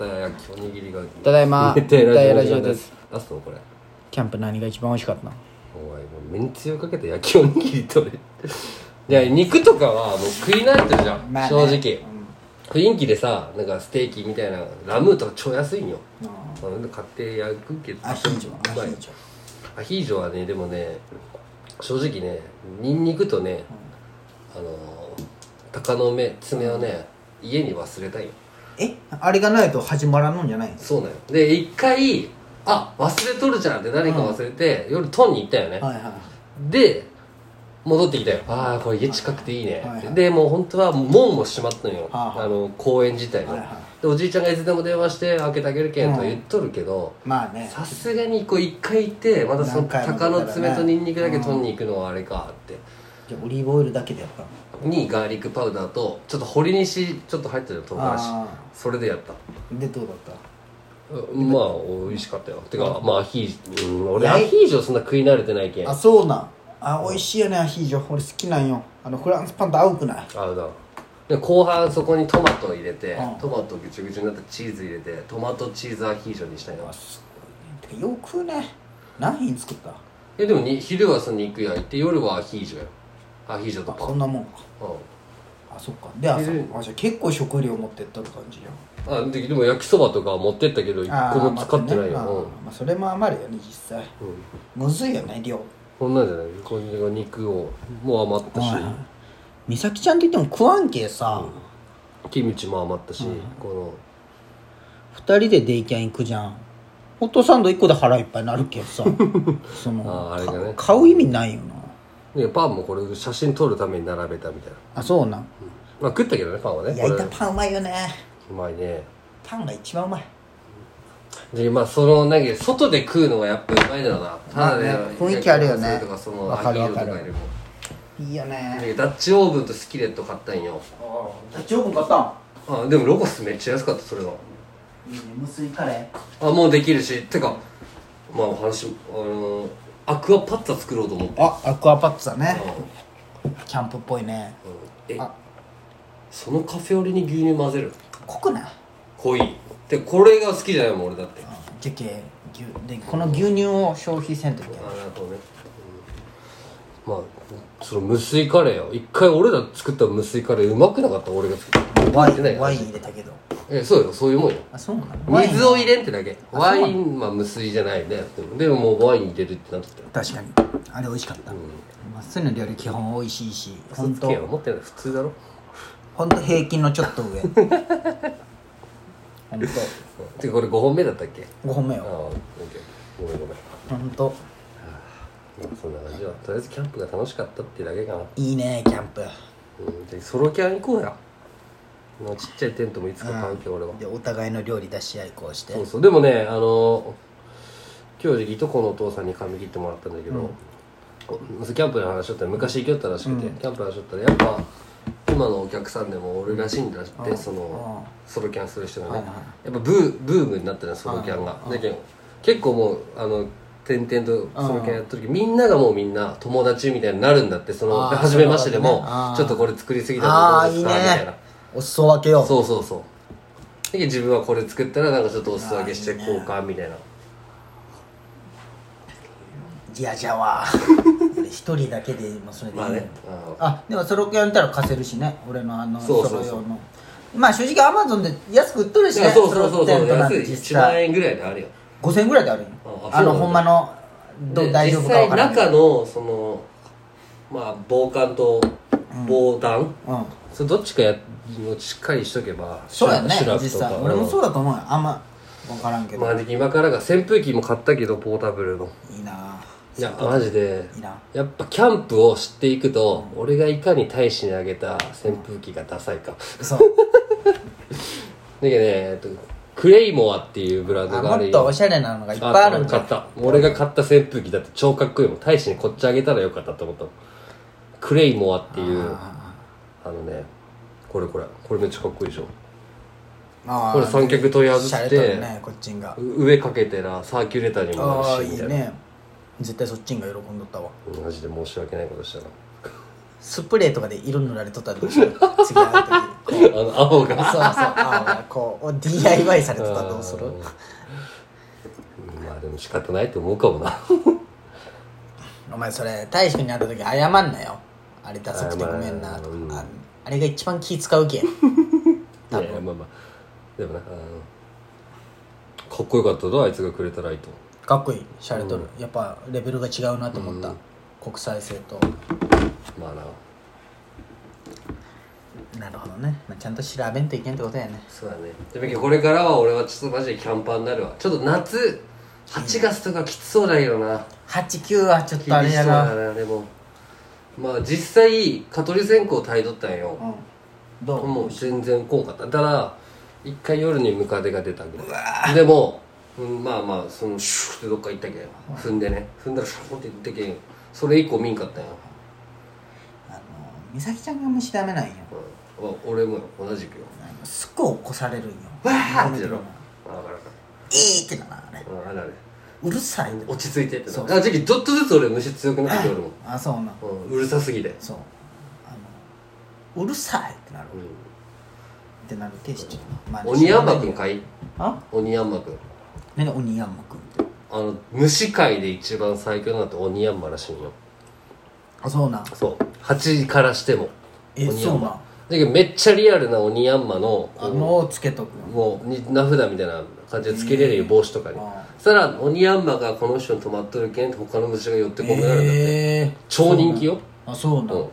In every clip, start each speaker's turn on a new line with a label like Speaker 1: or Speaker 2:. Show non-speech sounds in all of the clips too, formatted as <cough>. Speaker 1: おにぎりが
Speaker 2: ただいま
Speaker 1: 見えて
Speaker 2: ダイヤラジオです
Speaker 1: 出すのこれ
Speaker 2: キャンプ何が一番美味しかったの
Speaker 1: おいもうめんつゆかけて焼きおにぎりとれいや肉とかはもう食い慣れてるじゃん、
Speaker 2: まあね
Speaker 1: 正直雰囲気でさなんかステーキみたいなラムーとか超安いんよ、まあ、買って焼くけど
Speaker 3: アヒージョ
Speaker 1: う
Speaker 3: ア
Speaker 1: まい
Speaker 3: ヒージョ
Speaker 1: アヒージョはねでもね正直ねニンニクとね、あのー鷹の目爪をね家に忘れたいよ
Speaker 3: えあれがないと始まらんのんじゃないんです
Speaker 1: そうなので一回あ忘れとるじゃんって誰か忘れて、夜トンに行ったよね、
Speaker 3: はいはい
Speaker 1: で戻ってきたよああこれ家近くていいね、
Speaker 3: はいはい
Speaker 1: でもう本当は門も閉まったのよ、
Speaker 3: はあはあ
Speaker 1: あの公園自体の、
Speaker 3: はいはい
Speaker 1: でおじいちゃんがいつでも電話して開けてあげるけんとは言っとるけど
Speaker 3: まあね
Speaker 1: さすがにこう一回行ってまたその
Speaker 3: 何回も
Speaker 1: 鷹の爪とニンニクだけ
Speaker 3: うん
Speaker 1: 取りに行くのはあれかって、
Speaker 3: じゃあオリーブオイルだけでやったの
Speaker 1: にガーリックパウダーとちょっと掘りにしちょっと入ってるよ唐辛子
Speaker 3: あ
Speaker 1: それでやった
Speaker 3: ーでどうだった
Speaker 1: うんまあ美味しかったよてかまあアヒージョ、うん、俺
Speaker 3: ね
Speaker 1: アヒージョそんな食い慣れてないけん
Speaker 3: あ
Speaker 1: あ
Speaker 3: そうなんあ美味しいよねアヒージョ俺好きなんよあのフランスパンと合うくない
Speaker 1: あだで後半そこにトマトを入れて、
Speaker 3: うん
Speaker 1: トマトぐちゅぐちゅになったチーズ入れてトマトチーズアヒージョにしたいな
Speaker 3: すごいねてかよく食うね何品作った
Speaker 1: えでもに昼はその肉焼いて夜はアヒージョよアヒージョと
Speaker 3: あ
Speaker 1: パ
Speaker 3: そ
Speaker 1: ン
Speaker 3: んなもんかあそっかで朝
Speaker 1: 昼
Speaker 3: あじゃあ結構食料持ってったって感じよ
Speaker 1: うんあででも焼きそばとか持ってったけど一
Speaker 3: あ
Speaker 1: 個も使ってないよ、
Speaker 3: まあね
Speaker 1: うん
Speaker 3: あーまあそれも余るよね実際
Speaker 1: うん
Speaker 3: むずいよね量
Speaker 1: こんなんじゃないこれが肉をもう余ったし、
Speaker 3: 美咲ちゃんといっても食わんけさ、
Speaker 1: キムチも余ったし、こ
Speaker 3: 二人でデイキャン行くじゃんホットサンド一個で腹いっぱいになるけど <laughs> さそ
Speaker 1: あ
Speaker 3: の
Speaker 1: ーあれだね
Speaker 3: か買う意味ないよな
Speaker 1: のねパンもこれ写真撮るために並べたみたいな
Speaker 3: あそうなん
Speaker 1: まあ食ったけどねパンはね
Speaker 3: 焼いた
Speaker 1: こ
Speaker 3: パンうまいよね
Speaker 1: れうまいね
Speaker 3: パンが一番うまい
Speaker 1: でまあそのなんか外で食うのがやっぱうまいだろうな
Speaker 3: まあね雰囲気あるよね
Speaker 1: 焼きそばとかその
Speaker 3: わかる
Speaker 1: アヒージョと
Speaker 3: わ
Speaker 1: か
Speaker 3: か
Speaker 1: よ
Speaker 3: るいいよ
Speaker 1: りも
Speaker 3: ね
Speaker 1: でダッチオーブンとスキレット買ったんよ
Speaker 3: ダッチオーブン買ったん
Speaker 1: あでもロゴスめっちゃ安かったそれはい
Speaker 3: いね無水カレー
Speaker 1: あもうできるしてかまあお話あのーアクアパッツァ作ろうと思って
Speaker 3: あアクアパッツァね
Speaker 1: うん
Speaker 3: キャンプっぽいね
Speaker 1: え
Speaker 3: あ
Speaker 1: そのカフェオレに牛乳混ぜる
Speaker 3: 濃くない
Speaker 1: 濃いでこれが好きじゃないもん俺だってあ
Speaker 3: じゃけ牛でこの牛乳を消費せんといけない
Speaker 1: なるほどね、うんまあその無水カレーよ一回俺ら作った無水カレーうまくなかった俺が作った
Speaker 3: ワ
Speaker 1: 入ってない
Speaker 3: イン
Speaker 1: よ
Speaker 3: ワイン入れたけど
Speaker 1: えそうよそういうもんよ
Speaker 3: あそうなのワイン
Speaker 1: 水を入れんってだけ
Speaker 3: あ
Speaker 1: ワ
Speaker 3: そうなの
Speaker 1: インまあ無水じゃないねでもでももうワイン入れるってなってたよ
Speaker 3: 確かにあれ美味しかった、まっすぐの料理基本美味しいし
Speaker 1: 嘘
Speaker 3: 本
Speaker 1: つけよ
Speaker 3: 当
Speaker 1: 思ってない普通だろ
Speaker 3: 本当平均のちょっ
Speaker 1: <laughs>
Speaker 3: と上本
Speaker 1: うんてかこれ5本目だったっけ
Speaker 3: 当5本目
Speaker 1: ああ
Speaker 3: よ
Speaker 1: オッケーごめんごめん
Speaker 3: 本当
Speaker 1: まあそんな感じはとりあえずキャンプが楽しかったってだけかない
Speaker 3: いねキャンプ
Speaker 1: うんでソロキャン行こうやまあちっちゃいテントもいつか買うけど俺は
Speaker 3: でお互いの料理出し合いこうして
Speaker 1: そうそうでもねあの今日いとこのお父さんに髪切ってもらったんだけど、おキャンプの話しとったら昔行きよったらしくて、キャンプの話しとったらやっぱ今のお客さんでも俺らしいんだって、そのソロキャンする人がね、
Speaker 3: はいはい
Speaker 1: やっぱブーブームになったねソロキャンが、だけど結構もうあの点々とソロキャンやった時、みんながもうみんな友達みたいになるんだってその
Speaker 3: あー
Speaker 1: 初めましてでも、
Speaker 3: そうだねあー
Speaker 1: ちょっとこれ作りすぎた
Speaker 3: ああ
Speaker 1: どう
Speaker 3: い
Speaker 1: です
Speaker 3: いね
Speaker 1: かみたいな
Speaker 3: お裾分けよ
Speaker 1: そうそうそうで自分はこれ作ったらなんかちょっとお裾分けして交換みたいな
Speaker 3: 嫌じゃわ俺一人だけで今それでいい
Speaker 1: まあ
Speaker 3: よ、
Speaker 1: ねあ
Speaker 3: あでもソロキャン行ったら貸せるしね俺のあの
Speaker 1: そうそ
Speaker 3: ソ
Speaker 1: うそう
Speaker 3: ロ用のまあ正直アマゾンで安く売っとるしね
Speaker 1: そうそうそう
Speaker 3: ソ
Speaker 1: そ
Speaker 3: ロテ
Speaker 1: う
Speaker 3: ントなん
Speaker 1: 安
Speaker 3: て
Speaker 1: い1
Speaker 3: 実
Speaker 1: 万
Speaker 3: 際
Speaker 1: 円ぐらいであるよ
Speaker 3: 5000円ぐらいであるよ
Speaker 1: ああそ
Speaker 3: あの
Speaker 1: うなんだ
Speaker 3: ほんまのどう
Speaker 1: で
Speaker 3: 大丈夫かわからん
Speaker 1: 実際
Speaker 3: けど
Speaker 1: 中のそのまあ防寒と防弾、
Speaker 3: うん
Speaker 1: それどっちかやしっかりしとけば
Speaker 3: そうやね
Speaker 1: シュラフ
Speaker 3: 実
Speaker 1: とか
Speaker 3: 際俺もそう
Speaker 1: だ
Speaker 3: だと思うよあんま分からんけど、
Speaker 1: まあ今からが扇風機も買ったけどポータブルの
Speaker 3: いいない
Speaker 1: やマジで
Speaker 3: いいな
Speaker 1: やっぱキャンプを知っていくと、俺がいかに大使にあげた扇風機がダサいか、
Speaker 3: そう
Speaker 1: だけどね、えっと、クレイモアっていうブランド
Speaker 3: あ
Speaker 1: があ
Speaker 3: も
Speaker 1: る
Speaker 3: っとおしゃれなのがいっぱいあるんじ
Speaker 1: 買
Speaker 3: ゃ
Speaker 1: った買った俺が買った扇風機だって超かっこいいもん大使にこっちあげたらよかったと思ったもんクレイモアっていうあのねこれこれこれめっちゃかっこいいでしょ
Speaker 3: あ
Speaker 1: これ三脚取り外して
Speaker 3: 洒落とるねこっちんが
Speaker 1: う上かけてらサーキュレーターにも
Speaker 3: あ
Speaker 1: な
Speaker 3: あ
Speaker 1: るし
Speaker 3: いい
Speaker 1: みたいな
Speaker 3: ね絶対そっちんが喜んどったわ
Speaker 1: マジで申し訳ないことしたな
Speaker 3: スプレーとかで色塗られとったらどうしよう次会う時に
Speaker 1: <laughs> あの青が
Speaker 3: そうそうあこう DIY されてたらどうする
Speaker 1: うんまあでも仕方ないと思うかもな
Speaker 3: お前それ大志くんに会った時謝んなよあれダサくてごめんなとか、
Speaker 1: 謝らない
Speaker 3: ああれが一番気使う <laughs> けん
Speaker 1: いやいやまあまあでもなあのかっこよかったぞあいつがくれたライト
Speaker 3: かっこいいシャレとる、やっぱレベルが違うなと思った、国際性と
Speaker 1: まあな
Speaker 3: なるほどね、まあ、ちゃんと調べんといけんってことやね
Speaker 1: そうだねでもこれからは俺はちょっとマジでキャンパーになるわちょっと夏8月とかきつそうだけどな
Speaker 3: 89はちょっとあ
Speaker 1: 厳
Speaker 3: れ
Speaker 1: しそ
Speaker 3: や
Speaker 1: うだ
Speaker 3: な
Speaker 1: なでもまあ実際蚊取り線香耐えとったんよ、
Speaker 3: うんどう
Speaker 1: もう全然効果だただ一回夜にムカデが出たぐらいでも、うん、まあまあそのシュッてどっか行ったけん踏んでね踏んだらシュンって出てけんそれ以降見んかったんよ、
Speaker 3: あの美咲ちゃんが虫ダメなんよ
Speaker 1: うん、あ俺もよ同じくよ
Speaker 3: あのすっごい起こされるんよ
Speaker 1: わー
Speaker 3: こ
Speaker 1: って
Speaker 3: の時
Speaker 1: やろ
Speaker 3: も
Speaker 1: あだから
Speaker 3: えーってなあれ
Speaker 1: うんあれあれ
Speaker 3: うるさいって
Speaker 1: 落ち着いてって
Speaker 3: そう
Speaker 1: なあ時期ちょっとずつ俺虫強くなって俺も、
Speaker 3: あそうな
Speaker 1: うん、うるさすぎて
Speaker 3: そうあのうるさいってなる
Speaker 1: うん
Speaker 3: ってなるけしちょっとまあ
Speaker 1: 鬼ヤンマくんかい
Speaker 3: あ
Speaker 1: 鬼ヤンマくん
Speaker 3: 何が鬼ヤンマくんって
Speaker 1: あの虫界で一番最強なのって鬼ヤンマらしいんよ
Speaker 3: あそうなん
Speaker 1: そう蜂からしても
Speaker 3: え
Speaker 1: 鬼ヤ
Speaker 3: そ
Speaker 1: ン
Speaker 3: うなん
Speaker 1: マだけどめっちゃリアルな鬼ヤンマの
Speaker 3: あ
Speaker 1: こ
Speaker 3: のをつけとく
Speaker 1: うもうに名札みたいな感じでつけれるよ帽子とかに
Speaker 3: あ
Speaker 1: そしたら鬼ヤンマがこの人に止まっとるけんって他の虫が寄ってこなくなるんだって、
Speaker 3: ええ
Speaker 1: 超人気よ
Speaker 3: あそうなん
Speaker 1: うん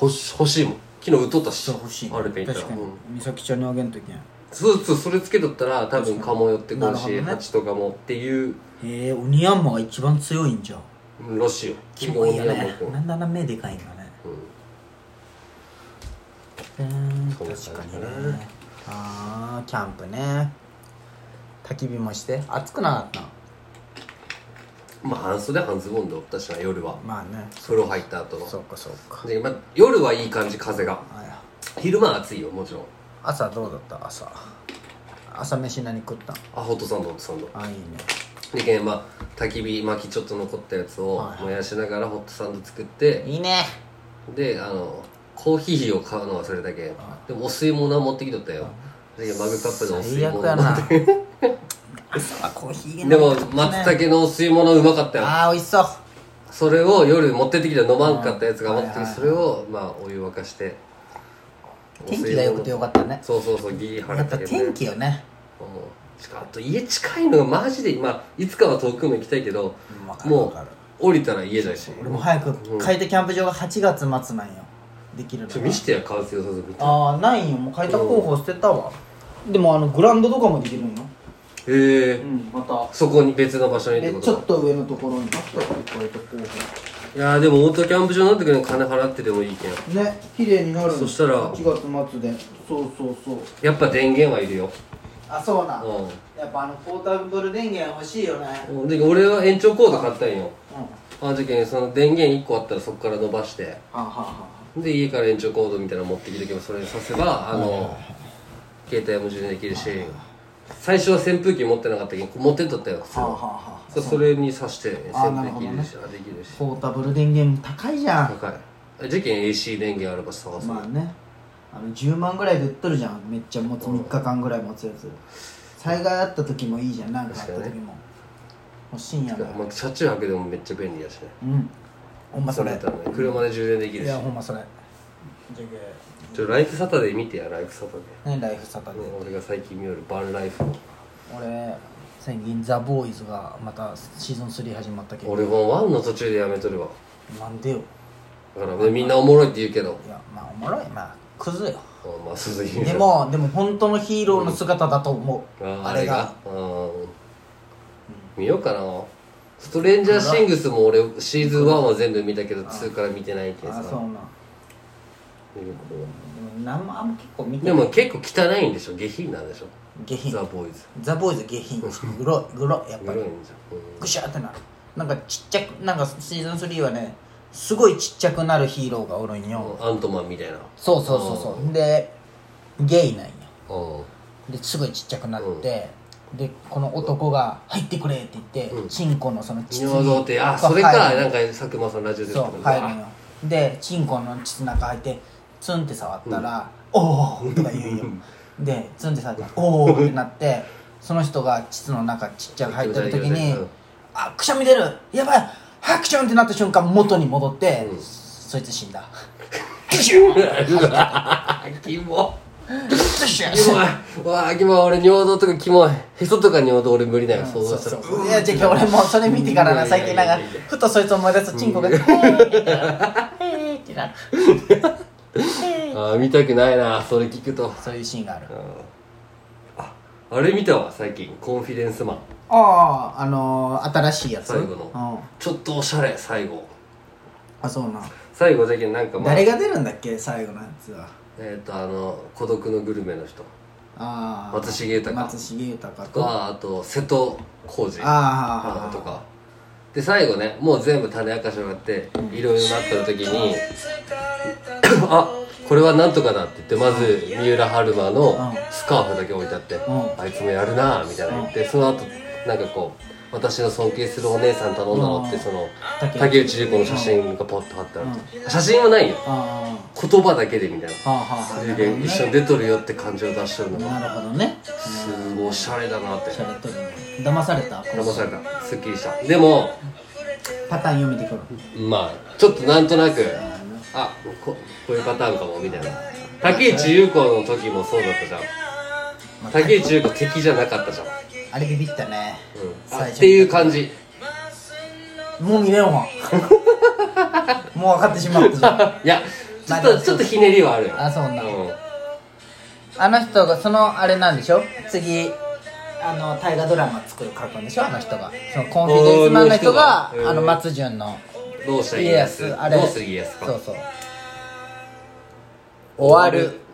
Speaker 1: 欲し欲しいもん昨日うっとったし
Speaker 3: そう欲しい
Speaker 1: あれペン
Speaker 3: 確かに美咲ちゃんにあげんといけんへ
Speaker 1: そうそうそれつけとったら多分蚊も寄ってこる
Speaker 3: なるほど
Speaker 1: し
Speaker 3: ね
Speaker 1: 蜂とかもっていう
Speaker 3: え鬼ヤンマが一番強いんじゃん
Speaker 1: うんらしいよ
Speaker 3: キモいよ
Speaker 1: 鬼ヤンマ
Speaker 3: ね
Speaker 1: くん
Speaker 3: なんだな目でかいんだねうーん
Speaker 1: そんな
Speaker 3: 確
Speaker 1: 感じ
Speaker 3: か
Speaker 1: だね
Speaker 3: にねあーキャンプね焚き火もして暑くなかった
Speaker 1: まあ半袖半ズボンでおったしな夜は
Speaker 3: まあね
Speaker 1: 風呂入った後の
Speaker 3: そうかそうか
Speaker 1: で、まあ、夜はいい感じ風が
Speaker 3: あや
Speaker 1: 昼間は暑いよもちろん
Speaker 3: 朝どうだった朝朝飯何食ったん
Speaker 1: あホットサンドホットサンド
Speaker 3: あいいね
Speaker 1: でけんまあ焚き火薪ちょっと残ったやつを
Speaker 3: はい
Speaker 1: 燃やしながらホットサンド作って
Speaker 3: いいね
Speaker 1: であのコーヒーを買うの忘れたけん
Speaker 3: あ
Speaker 1: でもお吸い物は持ってきとったよでマグカップでお吸い
Speaker 3: 最悪
Speaker 1: 物
Speaker 3: やな
Speaker 1: 持って
Speaker 3: 朝はコーヒー飲
Speaker 1: <laughs> でも
Speaker 3: むと
Speaker 1: 松茸のお吸い物うまかったよ
Speaker 3: ああ美味しそう
Speaker 1: それを夜持ってってきた飲まんかったやつが持って
Speaker 3: はいはい
Speaker 1: き
Speaker 3: はい
Speaker 1: てそれをまあお湯沸かして
Speaker 3: 天気が良くてよかったね
Speaker 1: そうそうそうギリ晴
Speaker 3: や
Speaker 1: れ
Speaker 3: っ
Speaker 1: た
Speaker 3: ぱ
Speaker 1: けど
Speaker 3: 天気よね
Speaker 1: うんしかあと家近いのがマジで、まあ、いつかは遠くも行きたいけど
Speaker 3: うんわかる
Speaker 1: も
Speaker 3: わかる
Speaker 1: う降りたら家だし
Speaker 3: 俺も早く買い手キャンプ場が8月末なんよできるのが
Speaker 1: ちょ見してや完成させ見て
Speaker 3: ああないんよもう買い手候補捨てたわでもあのグラウンドとかもできるんよ
Speaker 1: へえ
Speaker 3: うんまた
Speaker 1: そこに別の場所にって
Speaker 3: え
Speaker 1: こ
Speaker 3: ちょ
Speaker 1: と
Speaker 3: っ
Speaker 1: か
Speaker 3: と上のところに買い手候補
Speaker 1: いやーでもオートキャンプ場になってくるの金払ってでもいいけん
Speaker 3: ね綺麗になる
Speaker 1: そしたら
Speaker 3: 8月末でそうそうそう
Speaker 1: やっぱ電源はいるよ
Speaker 3: あそうな
Speaker 1: う
Speaker 3: やっぱあのポータブル電源欲しいよね
Speaker 1: んで俺は延長コード買ったんよ
Speaker 3: うんは
Speaker 1: あの時にその電源1個あったらそこから伸ばして
Speaker 3: あ、はあは
Speaker 1: で家から延長コードみたいなの持ってきてけばそれに挿せばあの携帯も充電できるし最初は扇風機持ってなかったけど持ってっとったよ普通
Speaker 3: あ、はあは
Speaker 1: は
Speaker 3: あはあ
Speaker 1: そうそれに挿して
Speaker 3: あー
Speaker 1: 扇
Speaker 3: なる
Speaker 1: 風
Speaker 3: ほ
Speaker 1: 機
Speaker 3: どね
Speaker 1: でしあできるし
Speaker 3: ポータブル電源高いじゃん
Speaker 1: 高い事件 AC 電源ある場所探す
Speaker 3: まあねあの10万ぐらいで売っとるじゃんめっちゃ持つ3日間ぐらい持つやつ災害あった時もいいじゃんなんかあった
Speaker 1: 確か
Speaker 3: 時
Speaker 1: に
Speaker 3: も欲しいんやな
Speaker 1: まあ車中泊でもめっちゃ便利だしね
Speaker 3: うんほんまそれ
Speaker 1: だったらね車で充電でき
Speaker 3: い
Speaker 1: るし
Speaker 3: やほんまそれじゃ
Speaker 1: ちょライフサタデー見てやライフサタデ
Speaker 3: けねライフサタで
Speaker 1: ー、俺が最近見よるバンライフの
Speaker 3: 俺最近ザ・ボーイズがまたシーズン3始まったけど
Speaker 1: 俺もワンの途中でやめとるわ
Speaker 3: なんでよ
Speaker 1: だからみんなおもろいって言うけど
Speaker 3: いやまあおもろいまあクズよ
Speaker 1: あまあ鈴木
Speaker 3: でもでも本当のヒーローの姿だと思う、
Speaker 1: あ
Speaker 3: あ
Speaker 1: れ
Speaker 3: れ
Speaker 1: が
Speaker 3: が
Speaker 1: うん見ようかなストレンジャーシングスも俺シーズン1は全部見たけど2から見てないけど
Speaker 3: あ
Speaker 1: さ
Speaker 3: そうなんでもなんもあんま結構見て
Speaker 1: で
Speaker 3: ない
Speaker 1: も結構汚いんでしょ下品なんでしょ
Speaker 3: 下品
Speaker 1: ザ・ボーイズ
Speaker 3: ザ・ボーイズ下品グロいグロいやっぱ
Speaker 1: 黒い
Speaker 3: り
Speaker 1: んじゃ
Speaker 3: グシャーってなるなんかちっちゃくなんかシーズン3はねすごいちっちゃくなるヒーローがおるんよ、
Speaker 1: んうんアントマンみたいな
Speaker 3: そうそうそうそうでゲイなんよ
Speaker 1: うん
Speaker 3: ですごいちっちゃくなって、でこの男が「入ってくれ」って言って、チンコのその膣に
Speaker 1: 尿道ってあ
Speaker 3: こう
Speaker 1: それか
Speaker 3: 入る
Speaker 1: なんか佐久間さんラジオで
Speaker 3: そう入るんよでチンコの膣なんか入ってツンって触ったら「おお!」とか言うよでツンって触ったら「おお!」ってなってその人が膣の中ちっちゃく入ってる時に
Speaker 1: うん
Speaker 3: 「あくしゃみ出るやばいハクション!」ってなった瞬間元に戻って、
Speaker 1: うん
Speaker 3: そいつ死んだクシュン
Speaker 1: うわキモ
Speaker 3: クシュン
Speaker 1: キモいうわキモい俺尿道とかキモいへそとか尿道俺無理だよ、想
Speaker 3: そ
Speaker 1: 像
Speaker 3: う
Speaker 1: した
Speaker 3: そ
Speaker 1: ら
Speaker 3: うそういやじゃあ俺もそれ見てからな最近なんかふとそいつ思い出すとチンコが「へーってなる
Speaker 1: あー見たくないなそれ聞くと
Speaker 3: そういうシーンがある
Speaker 1: あれ見たわ最近コンフィデンスマン
Speaker 3: あああのー新しいやつ
Speaker 1: 最後の
Speaker 3: うん
Speaker 1: ちょっとおしゃれ最後
Speaker 3: あそうな
Speaker 1: 最後じゃけんなんかまあ
Speaker 3: 誰が出るんだっけ最後のやつは
Speaker 1: えっ、とあの孤独のグルメの人
Speaker 3: ああ
Speaker 1: 松重豊
Speaker 3: 松重豊
Speaker 1: と
Speaker 3: とあ
Speaker 1: ああと瀬戸康史
Speaker 3: あ
Speaker 1: とかで最後ねもう全部種明かし終わっていろいろなってる時にあこれはなんとかだって言ってまず三浦春馬の
Speaker 3: うん
Speaker 1: スカーフだけ置いてあって
Speaker 3: ん
Speaker 1: あいつもやるなぁみたいな言ってその後なんかこう私の尊敬するお姉さん頼んだのって
Speaker 3: うん
Speaker 1: その
Speaker 3: 竹
Speaker 1: 竹内結子の写真がポッと貼ってあると写真はないよ
Speaker 3: あ
Speaker 1: 言葉だけでみたいな
Speaker 3: あはあはあ
Speaker 1: すげえ一緒に出とるよって感情を出してるのが
Speaker 3: なるほどね
Speaker 1: すごいおしゃれだなって
Speaker 3: しゃれとるね騙された
Speaker 1: 騙されたすっきりしたでも
Speaker 3: パターン読めてくる
Speaker 1: まあちょっとなんとなくあここういうパターンかもみたいな竹内優子の時もそうだったじゃん
Speaker 3: まあ
Speaker 1: 竹内優子敵じゃなかったじゃん、うん
Speaker 3: あれビビったね
Speaker 1: あ、っていう感じ
Speaker 3: もう見れんわ <laughs> もう分かってしまったじゃん
Speaker 1: いやちょっ
Speaker 3: まあでも
Speaker 1: とちょっとひねりはあるよ
Speaker 3: あそうな
Speaker 1: うん
Speaker 3: あの人がそのあれなんでしょ次あの大河ドラマ作る覚悟でしょあの人がそのコンフィデンスマンの人が
Speaker 1: おーの人が
Speaker 3: あの
Speaker 1: うん
Speaker 3: 松潤の
Speaker 1: どうしたら
Speaker 3: 家
Speaker 1: 家康
Speaker 3: 康あれ
Speaker 1: どうする家康か
Speaker 3: そうそう終わる